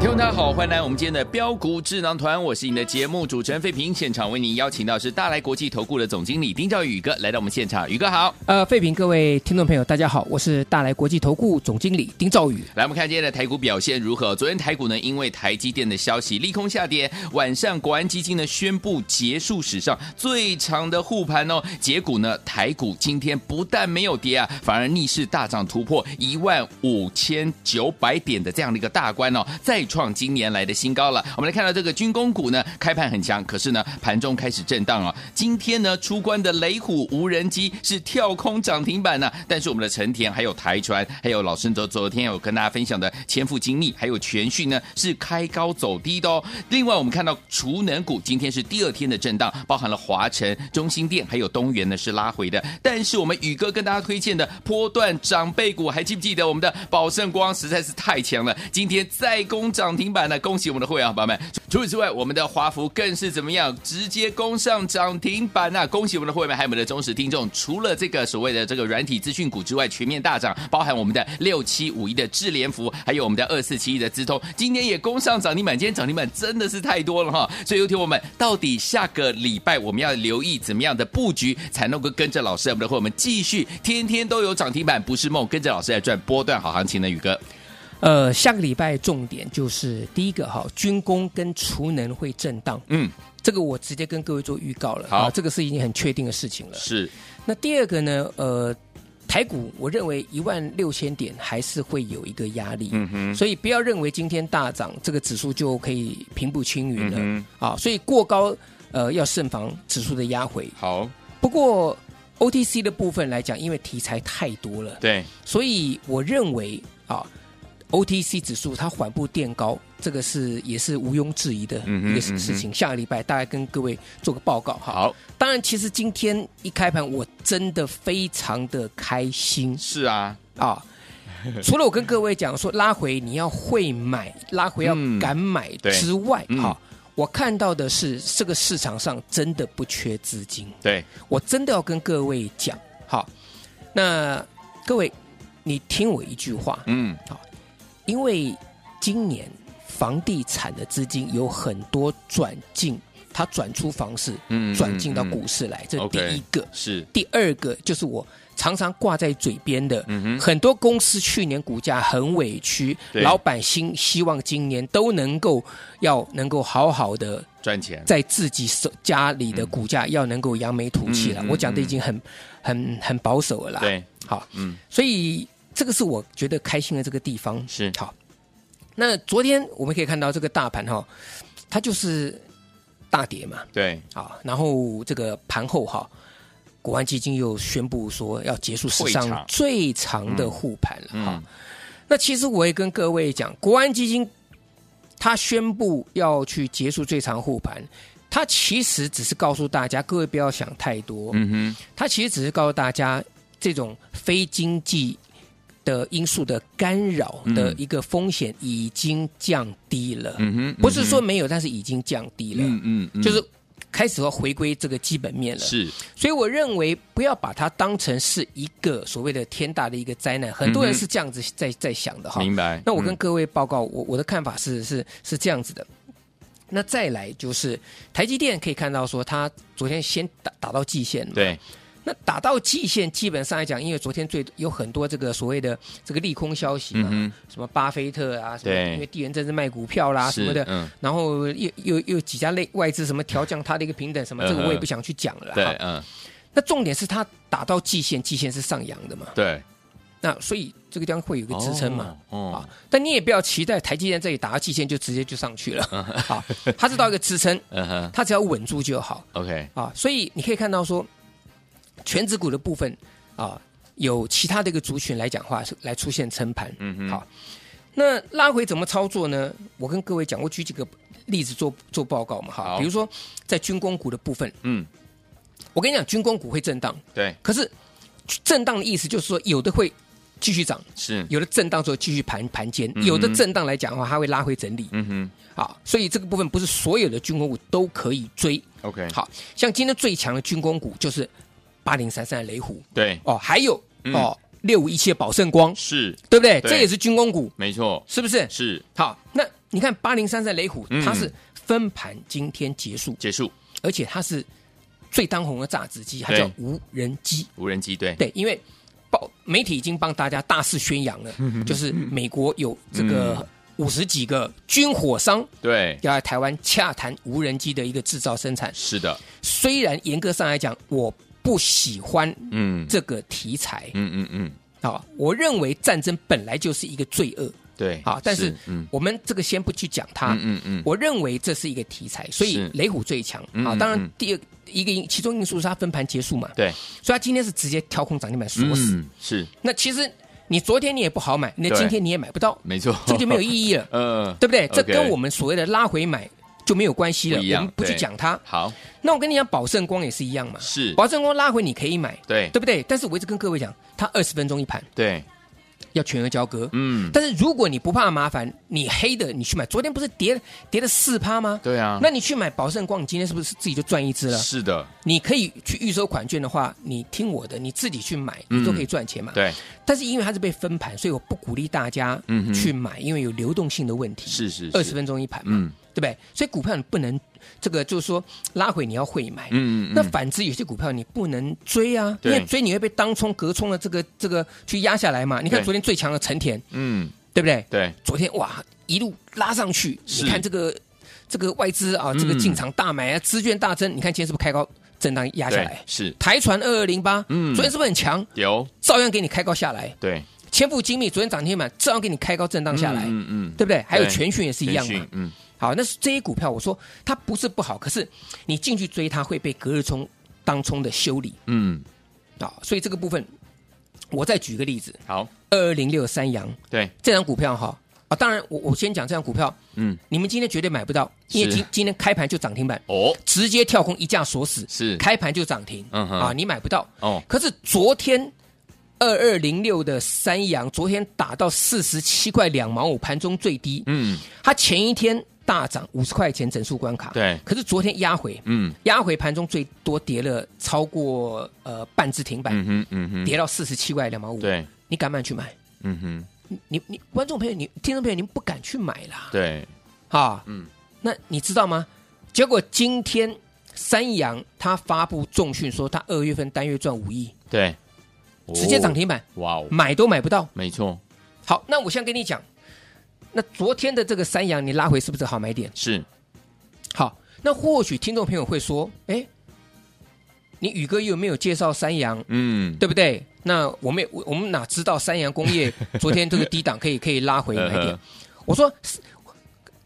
听众大家好，欢迎来我们今天的标股智囊团，我是你的节目主持人费平，现场为您邀请到是大来国际投顾的总经理丁兆宇宇哥来到我们现场，宇哥好。呃，废品各位听众朋友，大家好，我是大来国际投顾总经理丁兆宇。来，我们看今天的台股表现如何？昨天台股呢，因为台积电的消息利空下跌，晚上国安基金呢宣布结束史上最长的护盘哦。结果呢，台股今天不但没有跌啊，反而逆势大涨突破一万五千九百点的这样的一个大关哦，再创今年来的新高了。我们来看到这个军工股呢，开盘很强，可是呢，盘中开始震荡哦。今天呢，出关的雷虎无人机是跳空涨停板呢、但是我们的成田还有台船，还有老孙哲昨天有跟大家分享的千富精密，还有全讯呢是开高走低的哦。另外，我们看到储能股今天是第二天的震荡，包含了华晨、中心店还有东元呢是拉回的。但是我们宇哥跟大家推荐的波段长辈股，还记不记得我们的宝盛光实在是太强了，今天再攻涨停板呢，恭喜我们的会员伙伴们。除此之外，我们的华孚更是怎么样，直接攻上涨停板呐、恭喜我们的会员还有我们的忠实听众。除了这个所谓的这个软体资讯股之外，全面大涨，包含我们的六七五一的智联福，还有我们的二四七一的资通，今天也攻上涨停板。今天涨停板真的是太多了哈，所以有听我们到底下个礼拜我们要留意怎么样的布局，才能够跟着老师我们的会员们继续天天都有涨停板不是梦，跟着老师来赚波段好行情呢，宇哥。呃，下个礼拜重点就是第一个哈，军工跟储能会震荡，嗯，这个我直接跟各位做预告了。好啊这个是已经很确定的事情了。是那第二个呢，呃，台股我认为一万六千点还是会有一个压力，嗯哼，所以不要认为今天大涨这个指数就可以平步青云了、嗯啊，所以过高呃要慎防指数的压回。好，不过 OTC 的部分来讲，因为题材太多了，对，所以我认为啊，OTC 指数它缓步垫高，这个是也是毋庸置疑的嗯哼一个事事情。下个礼拜大概跟各位做个报告哈。好，当然，其实今天一开盘，我真的非常的开心是啊，啊。除了我跟各位讲说拉回你要会买，拉回要嗯敢买对之外，嗯哈、我看到的是这个市场上真的不缺资金。对，我真的要跟各位讲，好，那各位，你听我一句话，嗯，因为今年房地产的资金有很多转进，它转出房市，嗯嗯转进到嗯股市来，这是第 OK 一个。是，第二个就是我常常挂在嘴边的，嗯哼，很多公司去年股价很委屈，对老板心希望今年都能够要能够好好的赚钱，在自己手家里的股价要能够扬眉吐气了。嗯嗯我讲的已经很很很保守了啦。，对，好，嗯，所以这个是我觉得开心的这个地方。是好，那昨天我们可以看到这个大盘哈、它就是大跌嘛，对，啊，然后这个盘后哈、国安基金又宣布说要结束史退上场最长的护盘了哈、嗯，那其实我也跟各位讲，国安基金它宣布要去结束最长护盘，它其实只是告诉大家，各位不要想太多，嗯哼，它其实只是告诉大家这种非经济。的因素的干扰的一个风险已经降低了，嗯哼，不是说没有，但是已经降低了，嗯嗯嗯，就是开始要回归这个基本面了。是，所以我认为不要把它当成是一个所谓的天大的一个灾难，很多人是这样子在在想的哈。明白。那我跟嗯各位报告，我我的看法是是是这样子的。那再来就是台积电可以看到说，它昨天先打打到季线嘛，嗯对那打到季线，基本上来讲，因为昨天最有很多这个所谓的这个利空消息嘛，嗯哼什么巴菲特啊，什么对因为地缘政治卖股票啦是啊什么的，嗯然后又又又几家类外资什么调降它的一个平等嗯什么，这个我也不想去讲了啦。对哈嗯那重点是它打到季线，季线是上扬的嘛，对那所以这个地方会有一个支撑嘛。哦，啊，但你也不要期待台积电这里打到季线就直接就上 去了，啊，它是到一个支撑，嗯哼它只要稳住就好，OK，啊。所以你可以看到说，全指股的部分啊，有其他的一个族群来讲话是来出现撑盘，嗯哼好，那拉回怎么操作呢？我跟各位讲，我举几个例子做做报告嘛，哈，好比如说在军工股的部分，嗯，我跟你讲，军工股会震荡，对，可是震荡的意思就是说，有的会继续涨，是，有的震荡之后继续盘盘间，嗯有的震荡来讲的话，它会拉回整理嗯哼啊，所以这个部分不是所有的军工股都可以追。 ，OK，好像今天最强的军工股就是八零三三的雷虎对，哦，还有嗯哦六五一七的宝盛光，是，对不对？对这也是军工股，没错，是不是？是好，那你看八零三三雷虎嗯，它是分盘今天结束，结束，而且它是最当红的榨汁机，它对叫无人机。无人机，对，对，因为报媒体已经帮大家大肆宣扬了，嗯就是美国有这个五十几个军火商对，要来台湾洽谈无人机的一个制造生产。是的，虽然严格上来讲，我不喜欢嗯，这个题材嗯嗯嗯，啊，我认为战争本来就是一个罪恶对，啊，但是啊嗯，我们这个先不去讲它嗯。嗯嗯，我认为这是一个题材，所以是雷虎最强嗯啊。嗯嗯当然，第二一个因其中因素是它分盘结束嘛，对，所以它今天是直接跳空涨停板锁死。嗯，是，那其实你昨天你也不好买，那对今天你也买不到，没错，，这个就没有意义 了呃，对不对？这 OK 跟我们所谓的拉回买就没有关系了，不一样我们不去对讲它。好，那我跟你讲，宝盛光也是一样嘛，是，宝盛光拉回你可以买，对，对不对？但是我一直跟各位讲，它二十分钟一盘对，要全额交割。嗯，但是如果你不怕麻烦，你黑的你去买，昨天不是跌跌了四趴吗？对啊，那你去买宝盛光，你今天是不是自己就赚一只了？是的，你可以去预收款券的话，你听我的，你自己去买，你嗯都可以赚钱嘛。对，但是因为它是被分盘，所以我不鼓励大家嗯哼去买，因为有流动性的问题。是是，二十，分钟一盘嘛，嗯对不对？所以股票你不能这个，就是说拉回你要会买。嗯嗯，那反之，有些股票你不能追啊，因对为追你会被当冲、隔冲的这个这个去压下来嘛。你看对昨天最强的成田，嗯，对不对？对，昨天哇一路拉上去，是你看这个这个外资啊，嗯这个进场大买啊，资券大增，你看今天是不是开高震荡压下对来，？是台船二二零八，嗯昨天是不是很强？有，照样给你开高下来。对，千富精密昨天涨停板，照样给你开高震荡下来，嗯嗯，对不对？还有对全讯也是一样啊嘛。嗯，好，那是这些股票，我说它不是不好，可是你进去追它会被隔日冲、当冲的修理嗯，啊、所以这个部分，我再举个例子，好，二二零六三阳对，这张股票哈啊，当然我我先讲这张股票，嗯，你们今天绝对买不到，因为是今今天开盘就涨停板，哦，直接跳空一价锁死，是开盘就涨停，嗯哼啊，你买不到，哦，可是昨天二二零六的三阳，昨天打到四十七块两毛五，盘中最低。嗯，它前一天大涨五十块钱整数关卡，对可是昨天压回，嗯，压回盘中最多跌了超过呃半只停板，嗯哼，嗯哼，跌到四十七块两毛五。，对，你敢不敢去买？嗯哼，你你你观众朋友，你听众朋友，你们不敢去买啦。对，啊，嗯嗯，那你知道吗？结果今天三阳他发布重讯说，他二月份单月赚五亿，对，哦直接涨，停板，哇哦，买都买不到。没错，好，那我先跟你讲，那昨天的这个三阳你拉回是不是好买点？是，好，那或许听众朋友会说，哎，你宇哥有没有介绍三阳，嗯，对不对？那我们也我我们哪知道三阳工业昨天这个低档可以可以拉回买点呃？我说是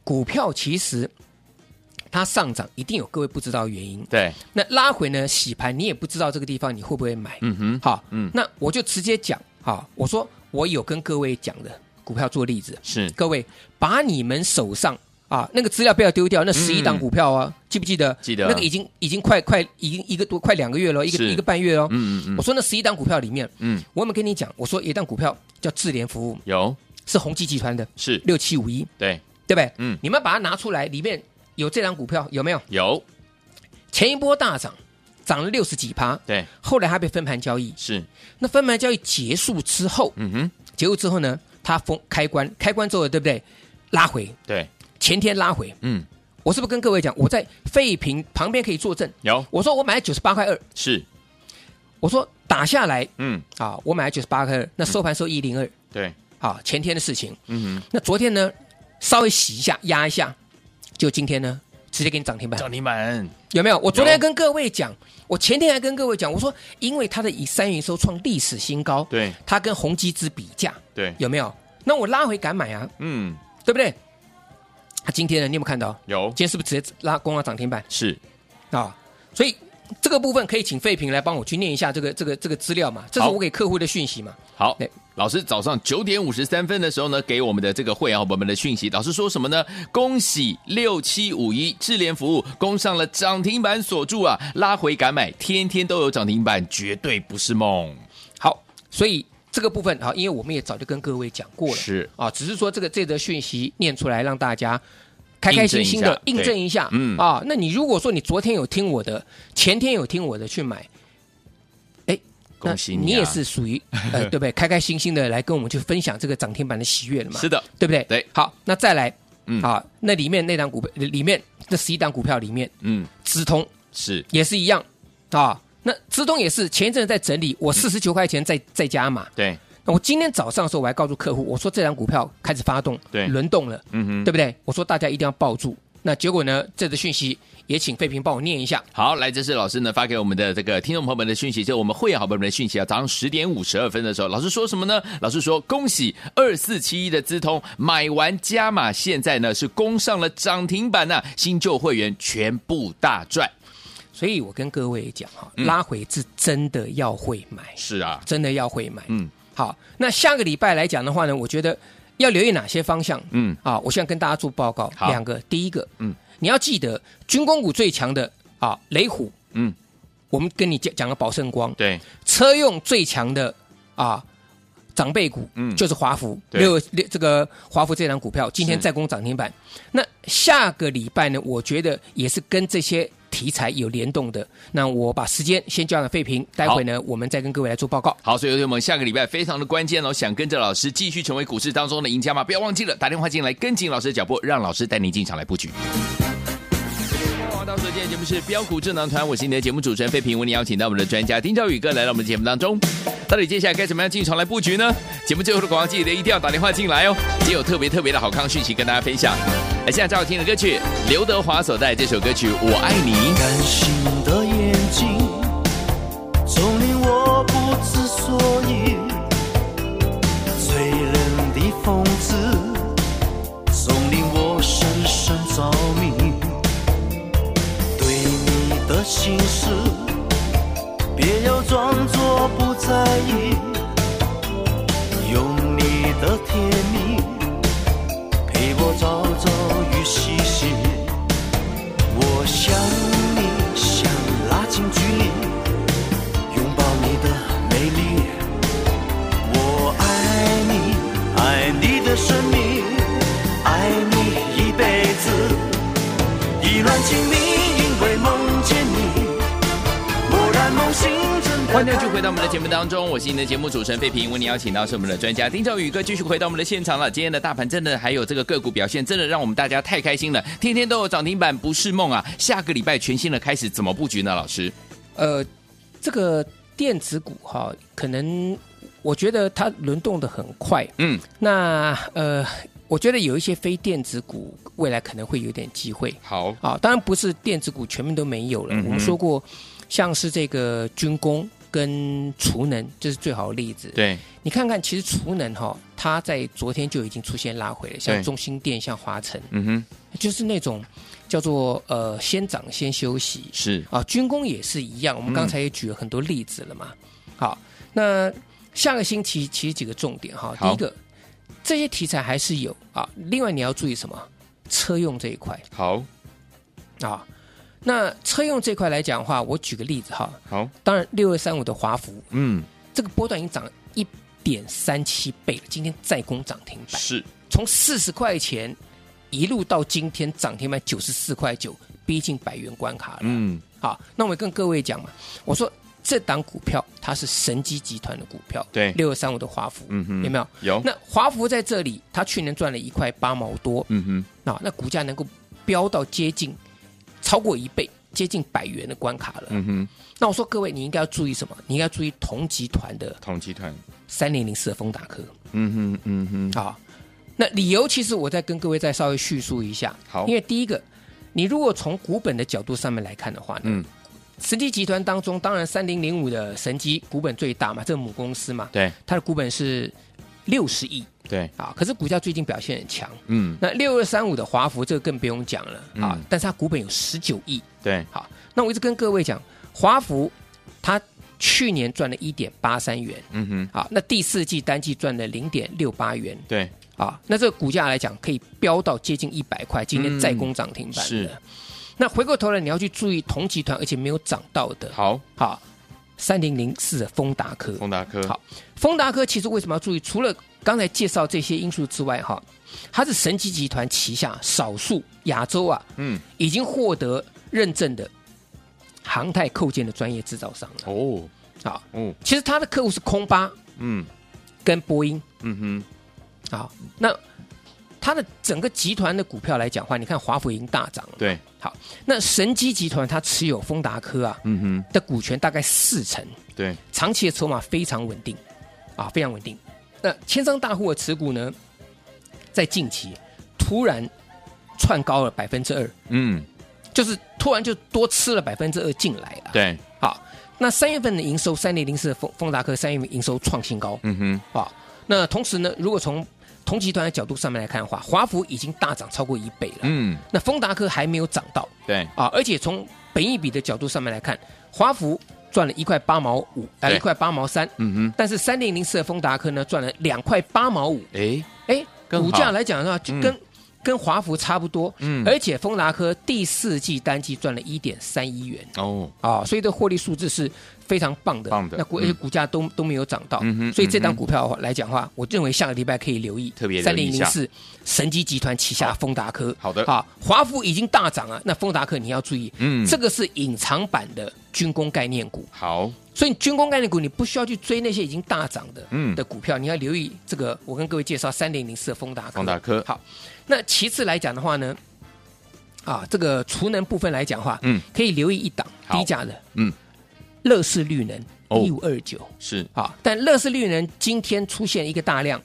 股票其实它上涨一定有各位不知道的原因，对，那拉回呢洗盘你也不知道这个地方你会不会买。嗯哼，好，嗯那我就直接讲，好，我说我有跟各位讲的股票做例子，是，各位把你们手上啊那个资料不要丢掉，那十一档股票啊，记不记得？嗯记得那个已经已经快快已经一个多快两个月了，一个是一个半月了。嗯嗯我嗯，说那十一档股票里面，嗯，我有没有跟你讲？我说有一档股票叫智联服务，有，是宏基集团的是，六七五一，对，对不对？嗯你们把它拿出来，里面有这档股票有没有？有，前一波大涨，涨了六十几趴，对，后来它被分盘交易。是，那分盘交易结束之后，嗯哼，结束之后呢，它封开关，开关之后对不对？拉回，对，前天拉回，嗯，我是不是跟各位讲，我在废品旁边可以作证？有，我说我买九十八块二，是，我说打下来嗯，啊，我买九十八块二，那收盘收一零二，对，啊，前天的事情。嗯哼，那昨天呢，稍微洗一下压一下，就今天呢直接给你涨停板，涨停板，有没有？我昨天还跟各位讲，我前天还跟各位讲，我说因为它的以三营收创历史新高，对它跟宏基之比价对，有没有？那我拉回敢买啊，嗯，对不对？啊今天呢，你有没有看到？有今天是不是直接拉攻了涨停板是啊？所以这个部分可以请费平来帮我去念一下这个这个这个资料嘛，这是好我给客户的讯息嘛。好对。老师早上九点五十三分的时候呢，给我们的这个会员我们的讯息，老师说什么呢？恭喜六七五一智联服务攻上了涨停板锁住啊，拉回敢买，天天都有涨停板，绝对不是梦。好，所以这个部分好，因为我们也早就跟各位讲过了，是啊，只是说这个这则讯息念出来，让大家开开心心的印证一下印证一下，对嗯啊，那你如果说你昨天有听我的，前天有听我的去买。哎，那恭喜你啊你也是属 于呃，对不对？开开心心的来跟我们去分享这个涨停板的喜悦了嘛？是的，对不对？对好，那再来，嗯啊，那里面那档股票里面这十一档股票里面，嗯，直通是也是一样啊。那资东也是前一阵在整理，嗯我四十九块钱再再加码。对，那我今天早上的时候，我还告诉客户，我说这张股票开始发动，对轮动了，嗯哼对不对？我说大家一定要抱住。那结果呢？这则讯息也请费平帮我念一下。好，来，这是老师呢发给我们的这个听众朋友们的讯息，就是我们会员好朋友们的讯息啊。早上十点五十二分的时候，老师说什么呢？老师说恭喜二四七一的资通买完加码，现在呢是攻上了涨停板呐、新旧会员全部大赚。所以我跟各位讲哈，嗯拉回是真的要会买，是啊，真的要会买。嗯，好，那下个礼拜来讲的话呢，我觉得要留意哪些方向？嗯，啊，我现在跟大家做报告好两个，第一个，嗯，你要记得军工股最强的啊，雷虎，嗯，我们跟你讲讲了宝盛光，对，车用最强的啊长辈股，嗯就是华孚对六六这个华孚这档股票今天是再攻涨停板。那下个礼拜呢，我觉得也是跟这些题材有联动的。那我把时间先交给费平，待会呢我们再跟各位来做报告。好，所以有我们下个礼拜非常的关键哦，想跟着老师继续成为股市当中的赢家吗？不要忘记了打电话进来跟紧老师的脚步，让老师带您进场来布局。到时候今天节目是标股智囊团，我是你的节目主持人费平，为您邀请到我们的专家丁兆宇哥来到我们的节目当中。到底接下来该怎么样进场来布局呢？节目最后的广告记得一定要打电话进来哦，也有特别特别的好康讯息跟大家分享。来，现在最好听的歌曲，刘德华所带来这首歌曲《我爱你》。感性的眼睛，总令我不知所以。醉人的风姿，总令我深深着迷。对你的心事，别要装作不在意。用你的甜蜜，陪我朝朝与夕夕。我想你，想拉近距离，拥抱你的美丽。我爱你，爱你的生命，爱你一辈子。意乱情迷，因为梦见你，蓦然梦醒，真的。欢迎继续回到我们的节目当中，我是你的节目主持人费平，为你邀请到是我们的专家丁兆宇哥，继续回到我们的现场了。今天的大盘真的还有这个个股表现，真的让我们大家太开心了，天天都有涨停板不是梦啊！下个礼拜全新的开始，怎么布局呢？老师，呃，这个电子股哈、可能我觉得它轮动的很快。嗯，那呃，我觉得有一些非电子股未来可能会有点机会。好，啊，当然不是电子股全面都没有了。嗯哼我们说过，像是这个军工跟储能，这是最好的例子。，对，你看看，其实储能哈、它在昨天就已经出现拉回了，像对中心电、像华晨，嗯哼，就是那种叫做呃先涨先休息是，啊。军工也是一样，我嗯们刚才也举了很多例子了嘛。好，那下个星期其实几个重点哈，第好一个，这些题材还是有啊。另外你要注意什么？车用这一块。好，啊。那车用这块来讲的话，我举个例子哈，好，当然六二三五的华孚，嗯，这个波段已经涨一点三七倍了，今天再攻涨停板，是，从四十块钱一路到今天涨停板九十四块九，逼近百元关卡了。嗯，好，那我也跟各位讲嘛，我说这档股票它是神机集团的股票，对六二三五的华孚，嗯哼有没有？有那华孚在这里，它去年赚了一块八毛多，嗯哼，啊，那股价能够飙到接近超过一倍，接近百元的关卡了。嗯哼，那我说各位，你应该要注意什么？你应该要注意同集团的同集团，三零零四的丰达科嗯哼，嗯哼，啊。那理由其实我再跟各位再稍微叙述一下，好因为第一个，你如果从股本的角度上面来看的话呢，嗯嗯，实际集团当中，当然三零零五的神机股本最大嘛，这母公司嘛，对它的股本是六十亿对，啊，可是股价最近表现很强。嗯那六二三五的华孚这个更不用讲了啊，嗯但是它股本有十九亿。对，好，那我一直跟各位讲，华孚它去年赚了一点八三元，嗯哼，啊，那第四季单季赚了零点六八元对，啊，那这个股价来讲可以飙到接近一百块，今天再攻涨停板、是。那回过头来，你要去注意同集团而且没有涨到的，好，好，三零零四的丰达科。丰达科，好，丰达科其实为什么要注意？除了刚才介绍这些因素之外，哈，它是神奇集团旗下少数亚洲啊嗯，已经获得认证的航太扣件的专业制造商了。哦，啊，哦，其实它的客户是空巴嗯跟波音。嗯好，那它的整个集团的股票来讲话，你看华府已经大涨了哼，。对，好，那神机集团它持有丰达科啊嗯的股权大概四成，哼，对，长期的筹码非常稳定，啊，非常稳定。那千商大户的持股呢，在近期突然窜高了百分之二，嗯，就是突然就多吃了百分之二进来了。，对，好，那三月份的营收三零零四的丰丰达科三月份营收创新高，嗯哼，啊。那同时呢，如果从同集团的角度上面来看的话，华孚已经大涨超过一倍了，嗯，那丰达科还没有涨到对，啊，而且从本益比的角度上面来看，华孚赚了一块八毛五，呃，对一块八毛三，嗯哼，但是三零零四的丰达科呢赚了两块八毛五，哎，哎，更好股价来讲的话，就嗯跟、跟华孚差不多，嗯而且丰达科第四季单季赚了一点三一元。哦，啊、所以这获利数字是非常棒的，棒的那股嗯而且股价都都没有涨到，嗯哼所以这嗯档哼股票来讲的话，我认为下个礼拜可以留意，特别三留意零一零下四神机集团旗下的丰达科，好的啊，华孚已经大涨啊，那丰达科你要注意，嗯这个是隐藏版的军工概念股，好，所以军工概念股你不需要去追那些已经大涨的，嗯的股票，你要留意这个，我跟各位介绍三零零四的丰达科，丰达科好，那其次来讲的话呢，啊，这个储能部分来讲的话，嗯，可以留意一档好低价的，嗯，乐视绿能哦一五二九是，啊，但乐视绿能今天出现一个大量，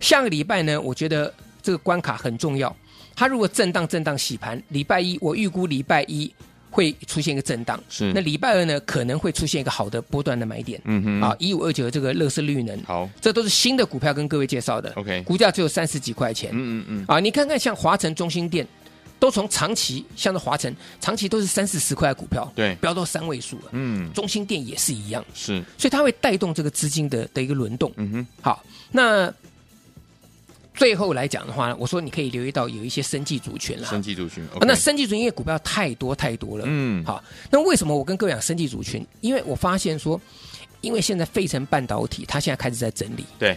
下个礼拜呢，我觉得这个关卡很重要，它如果震荡震荡洗盘，礼拜一我预估礼拜一会出现一个震荡，是那礼拜二呢可能会出现一个好的波段的买点，嗯哼，啊，一五二九这个乐视绿能，好，这都是新的股票跟各位介绍的。 OK 股价只有三十几块钱、嗯嗯嗯，啊！你看看像华晨中心店，都从长期像是华晨，长期都是三四十块的股票，对飙到三位数了。嗯，中心店也是一样，是，所以它会带动这个资金的的一个轮动。嗯哼，好，那最后来讲的话呢，我说你可以留意到有一些生技族群了。生技族群啊，那生技族群因为股票太多太多了，嗯好，那为什么我跟各位讲生技族群？因为我发现说，因为现在费城半导体它现在开始在整理，对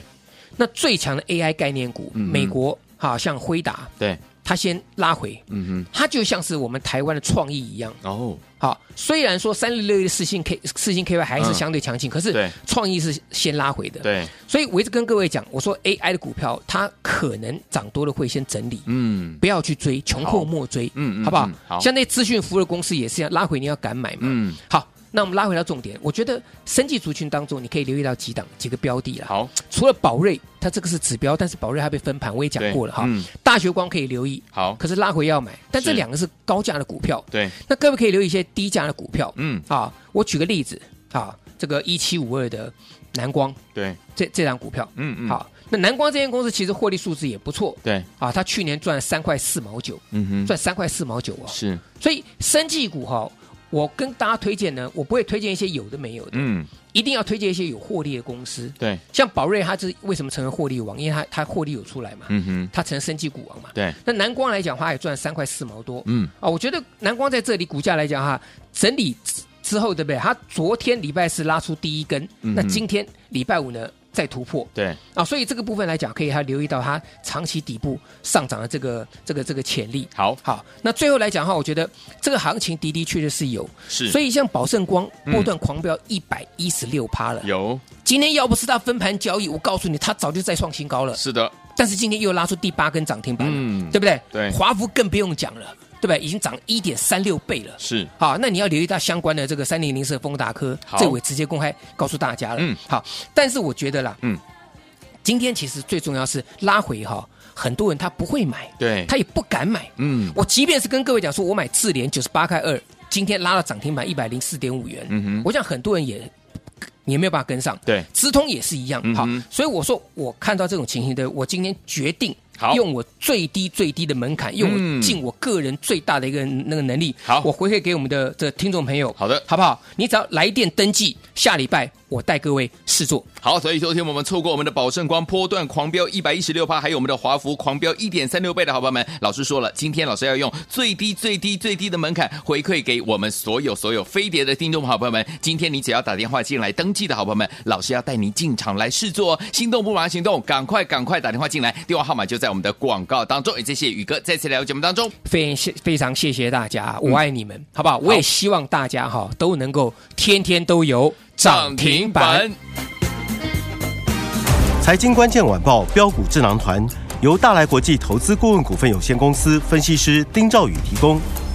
那最强的 AI 概念股，嗯哼美国好像辉达，对，它先拉回，嗯它就像是我们台湾的创意一样，哼，哦，好，虽然说三六六的四星 K 四星 KY 还是相对强劲，可嗯对是创意是先拉回的，，对，所以我一直跟各位讲，我说 AI 的股票它可能涨多了会先整理，嗯不要去追，穷好寇莫追，嗯嗯好不好嗯？好像那资讯服务的公司也是一样，拉回你要敢买嘛。嗯，好，那我们拉回到重点，我觉得生技族群当中，你可以留意到几档几个标的了。，好，除了宝瑞，它这个是指标，但是宝瑞它被分盘，我也讲对过了哈。嗯大学光可以留意，好，可是拉回要买，但这是两个是高价的股票，对，那各位可以留意一些低价的股票。嗯，啊，我举个例子啊，这个一七五二的蓝光对，这这档股票，嗯嗯，，好，那蓝光这间公司其实获利数字也不错对，啊，它去年赚三块四毛九，嗯哼，赚三块四毛九哦，是，所以生技股哈、我跟大家推荐呢，我不会推荐一些有的没有的，嗯，一定要推荐一些有获利的公司。对，像宝瑞，它是为什么成为获利王？因为它它获利有出来嘛，嗯哼，它成了生技股王嘛。对，那南光来讲的话，也赚三块四毛多嗯，啊。我觉得南光在这里股价来讲哈，整理之之后，对不对？它昨天礼拜四拉出第一根，嗯哼那今天礼拜五呢再突破对，啊，所以这个部分来讲，可以还留意到它长期底部上涨的这个这个这个潜力。好，好，那最后来讲的话，我觉得这个行情的的确确是有，是，所以以像宝盛光嗯波段狂飙一百一十六趴了。有，今天要不是它分盘交易，我告诉你，它早就再创新高了。是的，但是今天又拉出第八根涨停板了，嗯对不对？对华孚更不用讲了，对不对？已经涨一点三六倍了。是，好，那你要留意到相关的这个三零零四丰达科好，这我直接公开告诉大家了。嗯，好，但是我觉得啦，嗯，今天其实最重要是拉回哈、很多人他不会买，对他也不敢买。嗯我即便是跟各位讲说，我买智联九十八块二，今天拉到涨停板一百零四点五元，嗯哼我想很多人也也没有办法跟上。对资通也是一样。嗯好哼，所以我说我看到这种情形的，我今天决定好用我最低最低的门槛，用嗯我尽我个人最大的一个那个能力，好我回馈给我们的这听众朋友，好的好不好？你只要来电登记，下礼拜我带各位试做。好，所以昨天我们错过我们的宝盛光波段狂飙一百一十六趴，还有我们的华孚狂飙一点三六倍的好朋友们，老师说了，今天老师要用最低最低最低的门槛回馈给我们所有所有飞碟的听众好朋友们。今天你只要打电话进来登记的好朋友们，老师要带您进场来试做哦。心动不马上行动，赶快赶快打电话进来，电话号码就在我们的广告当中。也谢谢宇哥再次来到节目当中。非谢非常谢谢大家，我爱你们，好不好？我也希望大家哈都能够天天都有涨停板。财经关键晚报标股智囊团由大来国际投资顾问股份有限公司分析师丁兆宇提供。